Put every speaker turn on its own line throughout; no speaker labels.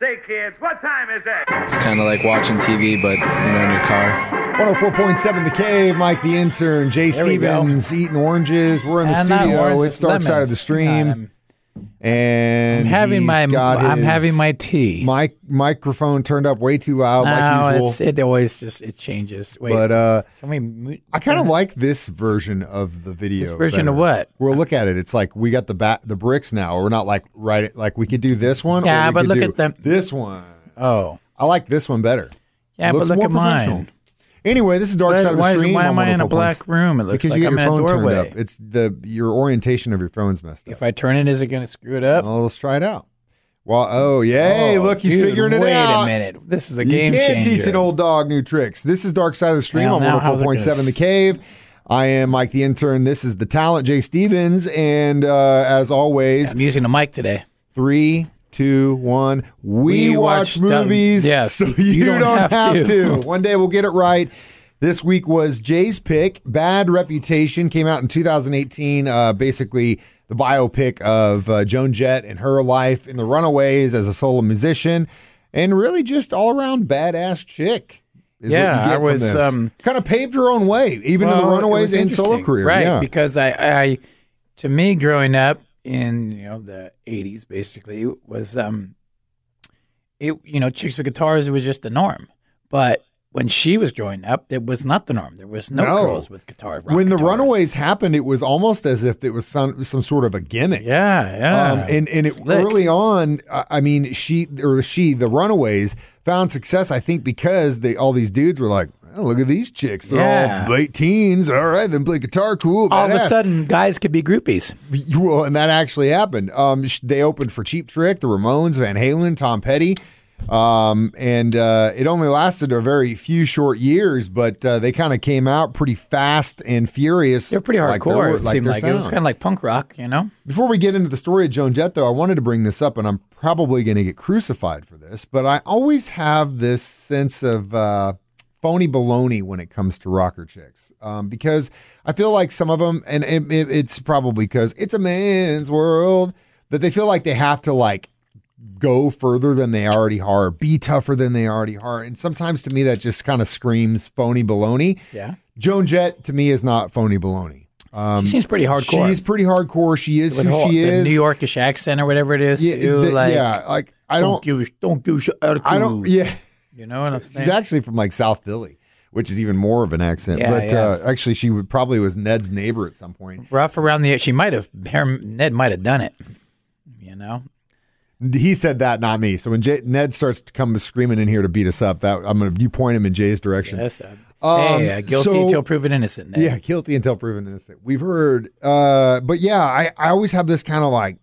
Say, kids, what time is it?
It's kind of like watching TV, but you know, in your car.
104.7 The Cave, Mike the intern, Jay
There we go.
Stevens eating oranges. We're in the
I'm not
studio.
orange,
it's dark side of
lemons.
the stream.
No, I'm-
and
I'm having
he's
my
got
I'm
his
having my tea.
mic microphone turned up way too loud
No,
like usual.
Oh, it's, it always just it changes. Wait,
but uh
can we? mo-
I kind of like this version of the video.
This version of
better.
what?
We'll look at it. It's like we got the ba- the bricks now. We're not like right. at- Like we could do this one. or
Yeah,
we
but
could
look
do
at them.
This one.
Oh,
I like this one better.
yeah,
Looks
but look
more
at mine.
professional. Anyway, this is dark
Why-
side of the
why is-
stream.
why
on
am I in a
104.7.
black room? It looks
because
like
you
I'm
got
in a
your phone turned
doorway.
up. It's the your orientation of your phone's messed up.
If I turn it, is it going to screw it up?
well, let's try it out. Well, oh yay!
Oh,
Oh, look, he's
dude,
figuring it out.
Wait a minute, this is a
You
game
can't
changer.
teach an old dog new tricks. This is Dark Side of the Stream
Now-
on
now how's it
104.7
gonna
The
s-
Cave. I am Mike the Intern. This is the talent, Jay Stevens. And uh, as always,
I'm using a mic today.
three, two, one. We,
We
watch,
watch dumb-
movies
yes,
so you, don't, have, to. One day we'll get it right. This week was Jay's pick. Bad Reputation came out in 2018. Uh, basically, the biopic of uh, Joan Jett and her life in the Runaways as a solo musician, and really just all around badass chick. Is
Yeah,
what you
I
get
was,
from this.
um,
kind of paved her own way, even in
Well,
the
it
Runaways
was
and solo
interesting,
career.
right?
yeah.
Because I, I, to me, growing up in you know the '80s, basically was um, it you know chicks with guitars it was just the norm, but when she was growing up, it was not the norm. There was no,
No.
girls with guitar. rock
when the
guitars.
Runaways happened, it was almost as if it was some some sort of a gimmick.
yeah, yeah,
Um, and and it,
Ah, Slick.
early on, I I mean, she or she, the Runaways, found success. I think because they all these dudes were like, "Oh, "Look at these chicks! They're
Yeah.
all late teens. All right, then play guitar, cool."
all of a
badass."
sudden, guys could be groupies.
well, and that actually happened. Um, sh- they opened for Cheap Trick, the Ramones, Van Halen, Tom Petty. Um, and uh, it only lasted a very few short years, but uh, they kind of came out pretty fast and furious.
They're pretty
like their-
hardcore. it
like
seemed
their
like it was
sound.
kind of like punk rock, you know.
Before we get into the story of Joan Jett, though, I wanted to bring this up, and I'm probably going to get crucified for this, but I always have this sense of uh, phony baloney when it comes to rocker chicks um, because I feel like some of them, and it, it- it's probably because it's a man's world, that they feel like they have to like go further than they already are, be tougher than they already are, and sometimes to me that just kind of screams phony baloney.
Yeah,
Joan Jett to me is not phony baloney.
she seems pretty hardcore.
Um, She's pretty hardcore. She is
with
who
whole-
she
the
is.
New Yorkish accent or whatever it is.
Yeah,
too,
th-
like,
yeah, like I don't,
don't give don't give your attitude.
I don't, yeah.
You know what I'm saying?
She's actually from like South Philly, which is even more of an accent.
Yeah,
but
yeah.
Uh, actually, she would probably was Ned's neighbor at some point.
Rough around the she might have her, Ned might have done it. You know?
He said that, not me. So when Jay, Ned starts to come screaming in here to beat us up, that I'm gonna you point him in Jay's direction.
Yes. Uh,
Um,
hey, uh, guilty
so-
until proven innocent. Ned.
Yeah, guilty until proven innocent. We've heard, uh, but yeah, I, I always have this kind of like,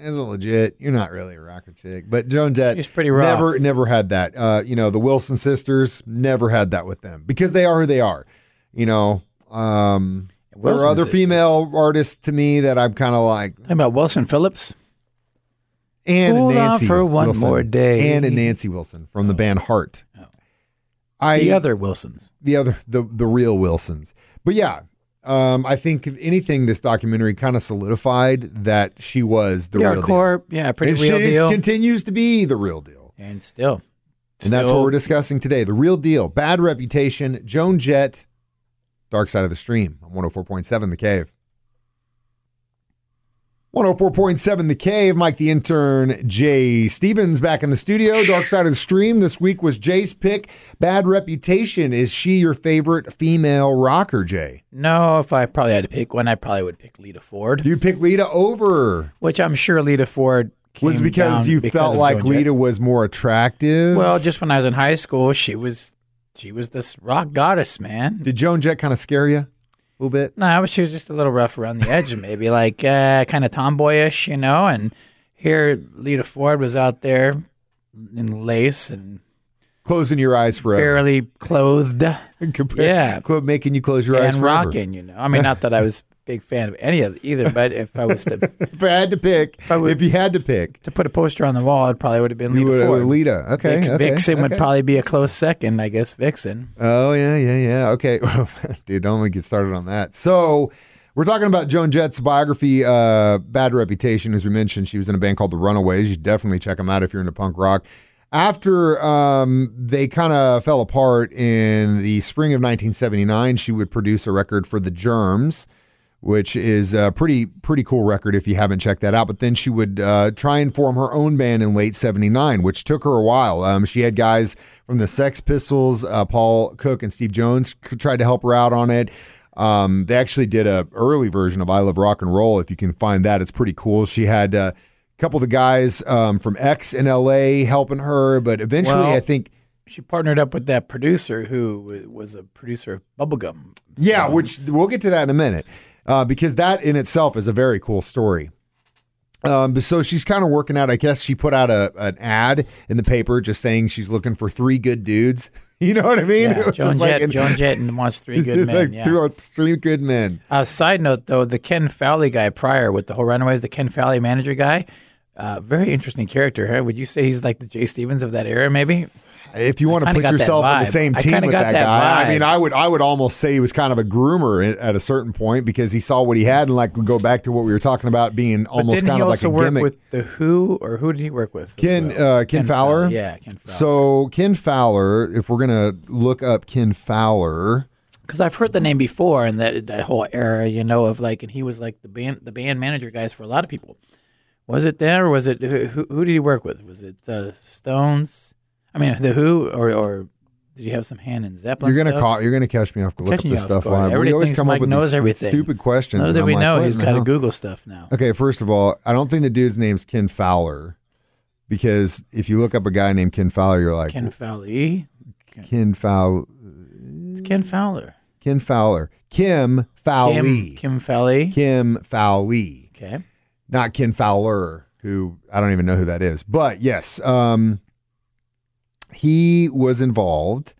is it legit? You're not really a rocker chick, but Joan Jett,
She's pretty rough.
Never, never had that. Uh, you know, the Wilson sisters never had that with them because they are who they are. You know, um, there
Wilson
are other
sisters.
female artists to me that I'm kind of like,
Talking about Wilson Phillips.
Ann and
Hold on
Nancy
for one
Wilson.
more day. Oh.
Ann and Nancy Wilson from the band Heart. I
the other Wilsons.
the other the the real Wilsons. But yeah, um, I think if anything this documentary kind of solidified that she was the
Pretty
real deal,
hardcore. Yeah, pretty
and
real
she is-
deal.
continues to be the real deal.
and still.
And that's what
Still-
we're discussing today: the real deal, bad reputation, Joan Jett, Dark Side of the Stream on one hundred four point seven, The Cave. 104.7 The Cave, Mike the Intern, Jay Stevens back in the studio. Dark Side of the Stream this week was Jay's pick. Bad Reputation. Is she your favorite female rocker, Jay?
No, if I probably had to pick one, I probably would pick Lita Ford.
You picked Lita over.
which I'm sure Lita Ford came
Was because
down
you
because
felt
of
like
Joan Jett.
Lita was more attractive?
Well, just when I was in high school, she was she was this rock goddess, man.
Did Joan Jett kind of scare you a little bit?
No, she was just a little rough around the edges, maybe like uh, kind of tomboyish, you know. And here, Lita Ford was out there in lace and
Closing your eyes forever.
barely clothed
Compare-
Yeah.
Cl- making you close your eyes
and
forever.
rocking, you know. I mean, not that I was a big fan of any of either, but if I was to,
If I had to pick,
I would-
if you had to pick,
to put a poster on the wall, it probably would have been
you
Lita
would
Ford.
Lita. Okay.
Vix-
okay,
Vixen would
okay.
probably be a close second, I guess. Vixen.
Oh yeah, yeah, yeah. Okay, dude, don't even get started on that. So We're talking about Joan Jett's biography, uh, Bad Reputation. As we mentioned, she was in a band called The Runaways. You should definitely check them out if you're into punk rock. After um, they kind of fell apart in the spring of 1979, she would produce a record for The Germs, which is a pretty pretty cool record if you haven't checked that out. But then she would uh, try and form her own band in late '79, which took her a while. Um, she had guys from the Sex Pistols, uh, Paul Cook and Steve Jones, c- tried to help her out on it. Um, they actually did a early version of "I Love Rock and Roll." If you can find that, it's pretty cool. She had uh, a couple of the guys um, from X in LA helping her, but eventually,
Well,
I think.
She partnered up with that producer who w- was a producer of Bubblegum.
Yeah,
songs.
which we'll get to that in a minute, uh, because that in itself is a very cool story. Um, so she's kind of working out. I guess she put out a an ad in the paper just saying she's looking for three good dudes. You know what I mean? It
yeah,
was
Joan
just like
Jett,
an-
Joan Jett and wants three good men.
like
yeah.
three, three good men.
Uh, side note, though, the Ken Fowley guy prior with the whole Runaways, the Ken Fowley manager guy, uh, very interesting character. Huh? Would you say he's like the Jay Stevens of that era, maybe?
If you want to
kinda
put
got that
yourself on the
vibe.
same
I
team
kinda
with
got
that,
that
guy, I
vibe.
mean, I would I would almost say he was kind of a groomer at, at a certain point because he saw what he had and like we go back to what we were talking about being
But
almost
didn't
kind
he
of like
also
a
work
gimmick.
with the Who, or who did he work with? as
Ken,
well?
uh, Ken Fowler?
Yeah, Ken Fowler.
So Ken Fowler, if we're gonna look up Ken Fowler,
Because I've heard the name before, and that that whole era, you know, of like, and he was like the band the band manager guys for a lot of people. Was it there? Or was it who, who? Who did he work with? Was it uh, Stones? I mean, the Who, or or did he have some hand in Zeppelin?
you're gonna
stuff?
call, you're gonna catch me off to look
Catching
up
you
this
off
stuff
guard.
live. We
Everybody
always
thinks
come
Mike
up with
knows
these
everything.
stupid questions.
Little
and
did
I'm
we
like,
know
wait
he's
a minute,
got to
huh?
Google stuff now.
Okay, first of all, I don't think the dude's name's Ken Fowler because if you look up a guy named Ken Fowler, you're like
Ken Fowley.
Ken Fowler,
It's Ken Fowler.
Ken Fowler, Kim Mm. Fowley,
Kim, Kim Fowley.
Kim Fowley.
Okay.
not Ken Fowler, who I don't even know who that is. But yes, um, he was involved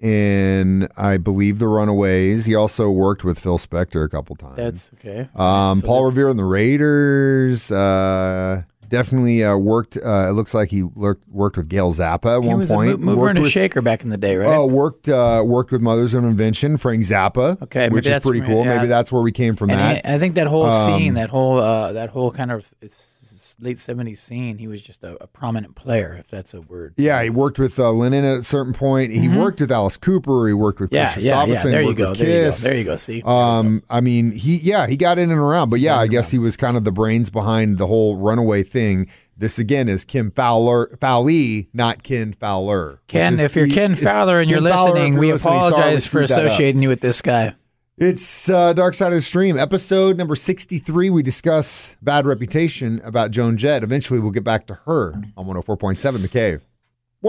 in, I believe, the Runaways. He also worked with Phil Spector a couple times.
That's okay.
um,
so
Paul
that's-
Revere and the Raiders. Uh, definitely uh, worked. Uh, it looks like he worked worked with Gail Zappa at
He
one
was
point.
a mo- mover
worked
and a
with,
shaker back in the day, right?
uh, worked uh, worked with Mothers of Invention, Frank Zappa.
Okay, maybe
which is
that's
pretty
where-
cool.
yeah.
Maybe that's where we came from.
and
that
I, I think that whole
Um,
scene, that whole uh, that whole kind of s- s- late '70s scene, he was just a, a prominent player, if that's a word.
Yeah, he worked with uh, Lennon at a certain point. He worked with Alice Cooper. He worked with
Mm-hmm. Yeah,
Chris
yeah, yeah.
Christopherson,
There you
worked
go.
with
There you go.
Kiss.
There you go. See,
Um, I mean, he yeah, he got in and around, but yeah, I guess he was kind of the brains behind the whole Runaway thing. This again is Kim Fowler, Fowley, not Ken Fowler. which
Ken,
is
if you're
the-
Ken
it's
Fowler and
Ken
you're
Fowler, if
listening,
you're
we
listening. Sorry, we
apologize for
screwed that uh, up.
associating you with this guy.
It's uh, Dark Side of the Stream, episode number sixty-three. We discuss bad reputation about Joan Jett. Eventually, we'll get back to her on one hundred four point seven, the Cave.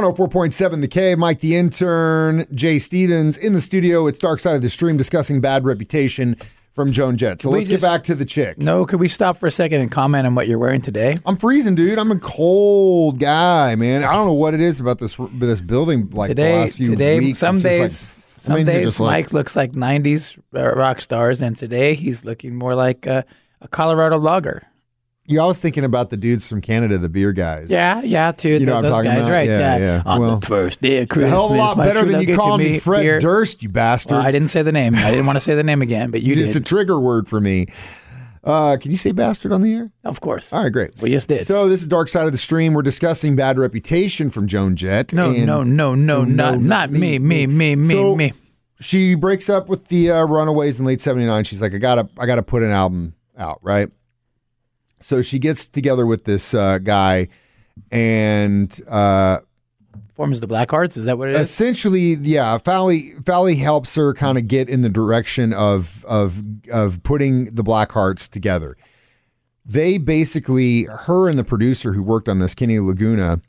104.7 The K, Mike the Intern, Jay Stevens in the studio. It's Dark Side of the Stream discussing bad reputation from Joan Jett. So
we
let's
just-
get back to the chick.
No, could we stop for a second and comment on what you're wearing today?
I'm freezing, dude. I'm a cold guy, man. I don't know what it is about this this building. Like the
today,
last few
today,
weeks,
some
It's just
days,
like- I'm
some
in here
days,
just like-
Mike looks like '90s uh, rock stars, and today he's looking more like a, a Colorado logger.
you I was thinking about the dudes from Canada, the beer guys.
Yeah, yeah, too.
You know
th-
what I'm
those
talking
guys,
about?
right?
Yeah,
Yeah,
yeah.
On
Well,
the first day of
It's a
Christmas,
hell of a lot
my
better
true
than
love
you
gave to
called me Fred
beer.
Durst, you bastard.
Well, I didn't say the name. I didn't want to say the name again, but you
just a
did.
trigger word for me. Uh, can you say bastard on the air?
of course.
All right, great.
We just did.
So this is Dark Side of the Stream. We're discussing bad reputation from Joan Jett.
no,
and
no, no, no, not not me, me, me, me,
So-
me.
She breaks up with the uh, Runaways in late '79. She's like, I gotta, I gotta put an album out, right? So she gets together with this uh, guy, and uh,
Forms the Black Hearts. Is that what it is?
essentially, yeah, Fowley Fowley helps her kind of get in the direction of of of putting the Black Hearts together. They basically, her and the producer who worked on this, Kenny Laguna,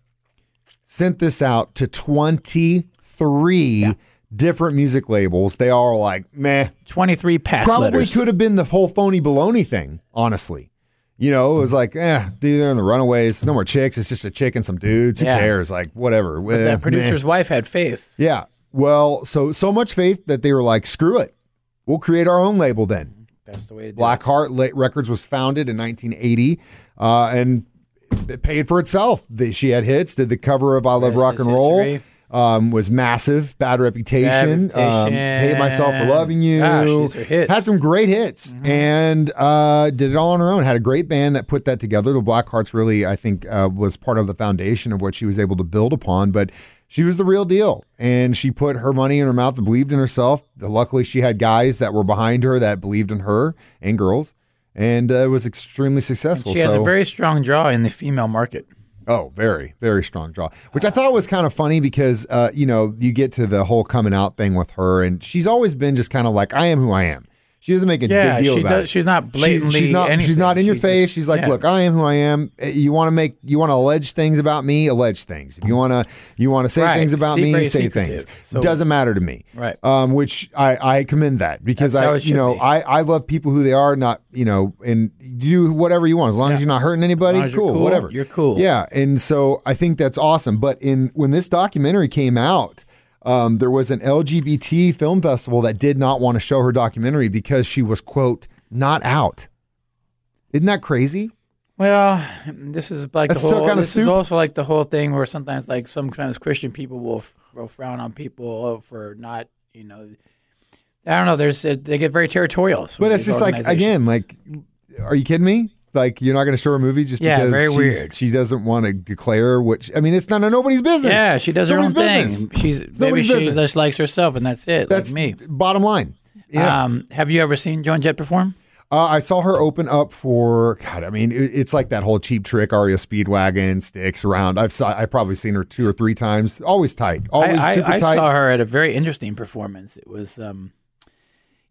sent this out to twenty three different music labels. They all are like, meh,
Twenty-three pass
probably
letters.
could have been the whole phony baloney thing, honestly. You know, it
Mm-hmm.
was like, eh, dude, they're in the runaways, no more chicks, it's just a chick and some dudes. Who
Yeah.
cares? Like, whatever.
But
Eh, meh.
that producer's wife had faith.
Yeah. Well, so so much faith that they were like, screw it. We'll create our own label then.
That's the way to do it.
Black Heart La- Records was founded in 1980 uh, and it paid for itself. They, she had hits, did the cover of I Love
Rest
Rock
is
and Roll.
history.
um, was massive. Bad reputation. Um, hate myself for loving you.
Gosh, these are hits.
Had some great hits
Mm-hmm.
and uh, did it all on her own. Had a great band that put that together. The Black Hearts really, I think, uh, was part of the foundation of what she was able to build upon. But she was the real deal, and she put her money in her mouth and believed in herself. Uh, Luckily, she had guys that were behind her that believed in her and girls, and uh, was extremely successful.
She has
So-
a very strong draw in the female market.
Oh, very, very strong draw, which I thought was kind of funny because, uh, you know, you get to the whole coming out thing with her, and she's always been just kind of like, I am who I am. She doesn't make a
Yeah,
big deal
she
about
does-
it.
she's not
She-
blatantly
she's not. She's
anything.
not in your
She
face.
just-
she's like,
yeah.
look, I am who I am. Uh, You want to make, you want to allege things about me, allege things. If you want to, you want to say
Right.
things about me,
Secret is
say
secretive.
things.
So-
doesn't matter to me.
Right.
Um, which I, I commend that because
That's how
I,
it
you
should
know,
be.
I, I love people who they are, not you know, and you do whatever you want as long as you're not hurting anybody.
long as you're
cool,
cool,
whatever.
you're cool.
Yeah. Yeah, and so I think that's awesome. But in when this documentary came out, um, there was an LGBT film festival that did not want to show her documentary because she was quote not out. Isn't that crazy?
Well, this is like
That's
the
so
whole.
kinda
this is
stupid.
also like the whole thing where sometimes like sometimes Christian people will, f- will frown on people for not you know. I don't know. There's they get very territorial. some
But
of
it's
these
just like again,
organizations.
like, are you kidding me? Like you're not going to show her movie just
Yeah,
because
very
she's-
weird.
she doesn't want to declare which. I mean, it's none of nobody's business.
yeah, she does her own
Nobody's business.
thing. She's maybe
nobody's
she
business.
just likes herself and that's it.
That's
like me.
Bottom line. Yeah.
Um, have you ever seen Joan Jett perform?
Uh, I saw her open up for God. I mean, it, it's like that whole cheap trick Aria Speedwagon sticks around. I've saw, I probably seen her two or three times. Always tight. Always
I,
super
I, I
tight.
saw her at a very interesting performance. It was um,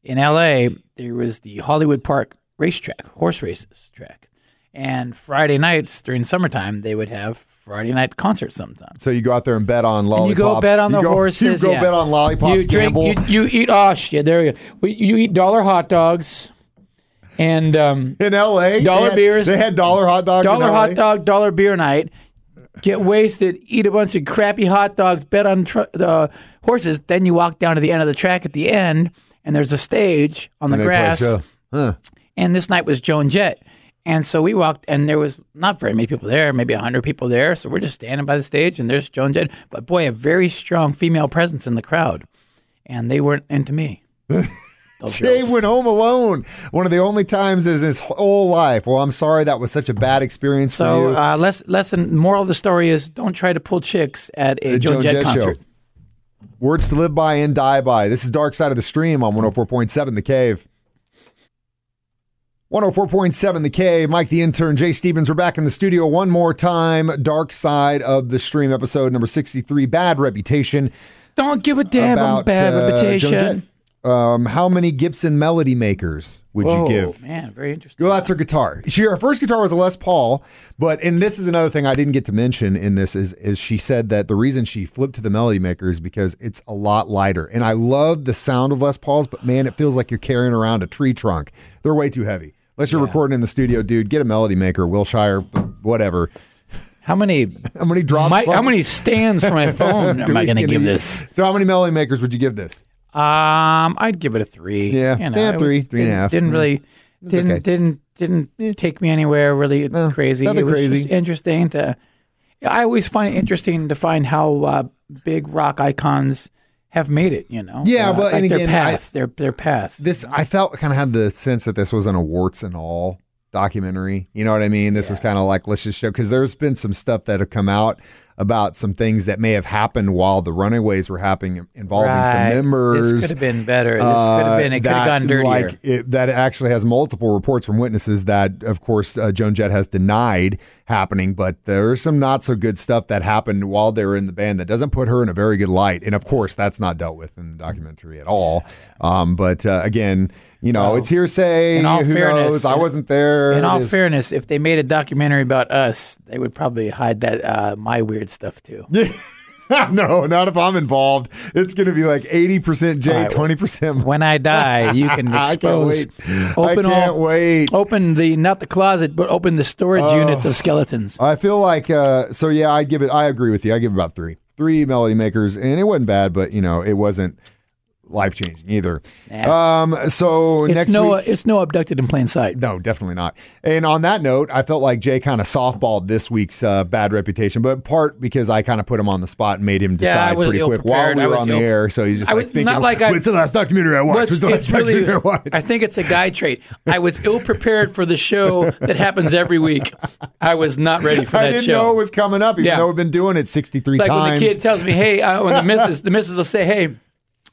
in L.A. There was the Hollywood Park racetrack, horse races track, and Friday nights during summertime they would have Friday night concerts sometimes.
So you go out there and bet on lollipops.
And you go bet on
You
the
go-
horses.
You go
yeah.
bet on lollipops.
You drink.
gamble.
You, you eat. Oh shit! There you go. We- You eat dollar hot dogs, and um,
in L.A.
Dollar
they had,
beers.
They had dollar hot dogs. in
dollar
LA.
hot dog, dollar beer night. Get wasted, eat a bunch of crappy hot dogs, bet on tr- the horses. Then you walk down to the end of the track at the end, and there's a stage on the
They play
grass.
show. Huh.
And this night was Joan Jett. And so we walked, and there was not very many people there, maybe 100 people there. So we're just standing by the stage, and there's Joan Jett. But boy, a very strong female presence in the crowd. And they weren't into me. Those
Jay
girls.
went home alone. One of the only times in his whole life. Well, I'm sorry that was such a bad experience for
So,
you.
uh, less, lesson, moral of the story is don't try to pull chicks at a
The
Joan, Jett, concert.
Show. Words to live by and die by. This is Dark Side of the Stream on 104.7 The Cave. 104.7 The Cave. Mike the intern, Jay Stevens. We're back in the studio one more time. Dark Side of the Stream, episode number 63, Bad Reputation.
Don't give a damn
about
about bad
uh, Joan
reputation.
Jett. Um, how many Gibson melody makers would
Whoa,
you give?
Oh, man, very interesting.
Well, that's her guitar. She her first guitar was a Les Paul, but and this is another thing I didn't get to mention in this is is she said that the reason she flipped to the Melody Maker is because it's a lot lighter. And I love the sound of Les Pauls, but man, it feels like you're carrying around a tree trunk. They're way too heavy. Unless you're recording in the studio, dude, get a Melody Maker, Wilshire, whatever.
How many?
How many drops?
my- how many stands for my phone am I going to give this?
So how many Melody Makers would you give this?
Um, I'd give it a three.
Yeah,
you know,
yeah,
it
three,
was-
three and a
didn't-
half.
Didn't really, didn't
okay.
didn't didn't take me anywhere really crazy.
nothing
it was
crazy.
just interesting to. I always find it interesting to find how uh, big rock icons have made it. You know,
Yeah,
uh,
but-
like
and
their
again, I-
path, their their path.
this I felt kind of had the sense that this wasn't a warts and all documentary. You know what I mean? This was kind of like let's just show because there's been some stuff that have come out about some things that may have happened while the runaways were happening involving some
Right.
members.
This could have been better. This could have been. It
uh,
could have
that,
gone dirtier.
Like it, that actually has multiple reports from witnesses that, of course, uh, Joan Jett has denied happening. But there's some not so good stuff that happened while they were in the band that doesn't put her in a very good light. And of course, that's not dealt with in the documentary at all. Um, but uh, again, you know, it's hearsay.
in all
Who
fairness,
knows? I
in-
wasn't there.
In
It
all
is-
fairness, if they made a documentary about us, they would probably hide that uh, my weird stuff too.
no, not if I'm involved. It's going to be like 80% Jay,
right.
20%
When I die, you can
I can't
expose.
wait. I can't wait. Oh.
Open the not the closet, but open the storage units of skeletons.
I feel like uh, so. Yeah, I give it. I agree with you. I give it about three, three melody makers, and it wasn't bad, but you know, it wasn't life changing either. Um, so
It's
next
no,
week,
it's no abducted in plain sight.
no, definitely not. And on that note, I felt like Jay kind of softballed this week's uh, bad reputation, but part because I kind of put him on the spot and made him
Yeah,
decide
I was
pretty quick while
ill-prepared.
we
I
were
was
on the
ill-
air. So he's just
I
like
was-
thinking,
not like I-
"What's the last documentary I watched?
Well,
What's the last
it's really,
documentary I watched?"
I think it's a guy trait. I was ill prepared for the show that happens every week. I was not ready for that
I didn't
show.
know it was coming up, even
Yeah.
though we've been doing it 63
it's like
times.
when the kid tells me, "Hey," uh, when the missus, the missus will say, "Hey,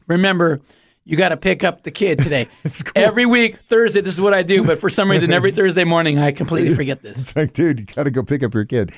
remember." You got to pick up the kid today.
It's cool.
Every week, Thursday, this is what I do. But for some reason, every Thursday morning, I completely forget this.
It's like, dude, you got to go pick up your kid.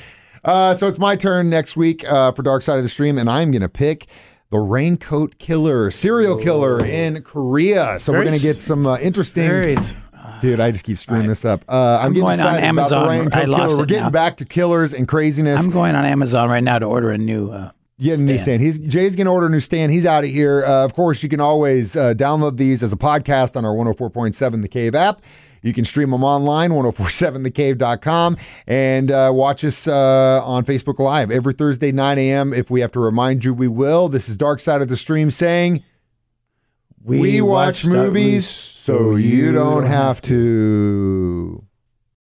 Uh, so it's my turn next week uh, for Dark Side of the Stream, and I'm going to pick the Raincoat Killer, serial killer in Korea. So we're
Very
going to get
s-
some uh, interesting.
Berries.
Dude, I just keep screwing this up. Uh, I'm, getting
going on
excited
Amazon.
about the
I
Raincoat
lost
Killer. We're
it
getting
now.
back to killers and craziness.
I'm going on Amazon right now to order a new. Uh,
Yeah, new stand. He's Jay's gonna order a new stand. He's out of here. Uh, of course, you can always uh, download these as a podcast on our 104.7 The Cave app. You can stream them online, 1047thecave.com, and uh, watch us uh, on Facebook Live every Thursday, 9 a.m. If we have to remind you, we will. This is Dark Side of the Stream saying, We, watch
watched, uh,
movies so you don't have to.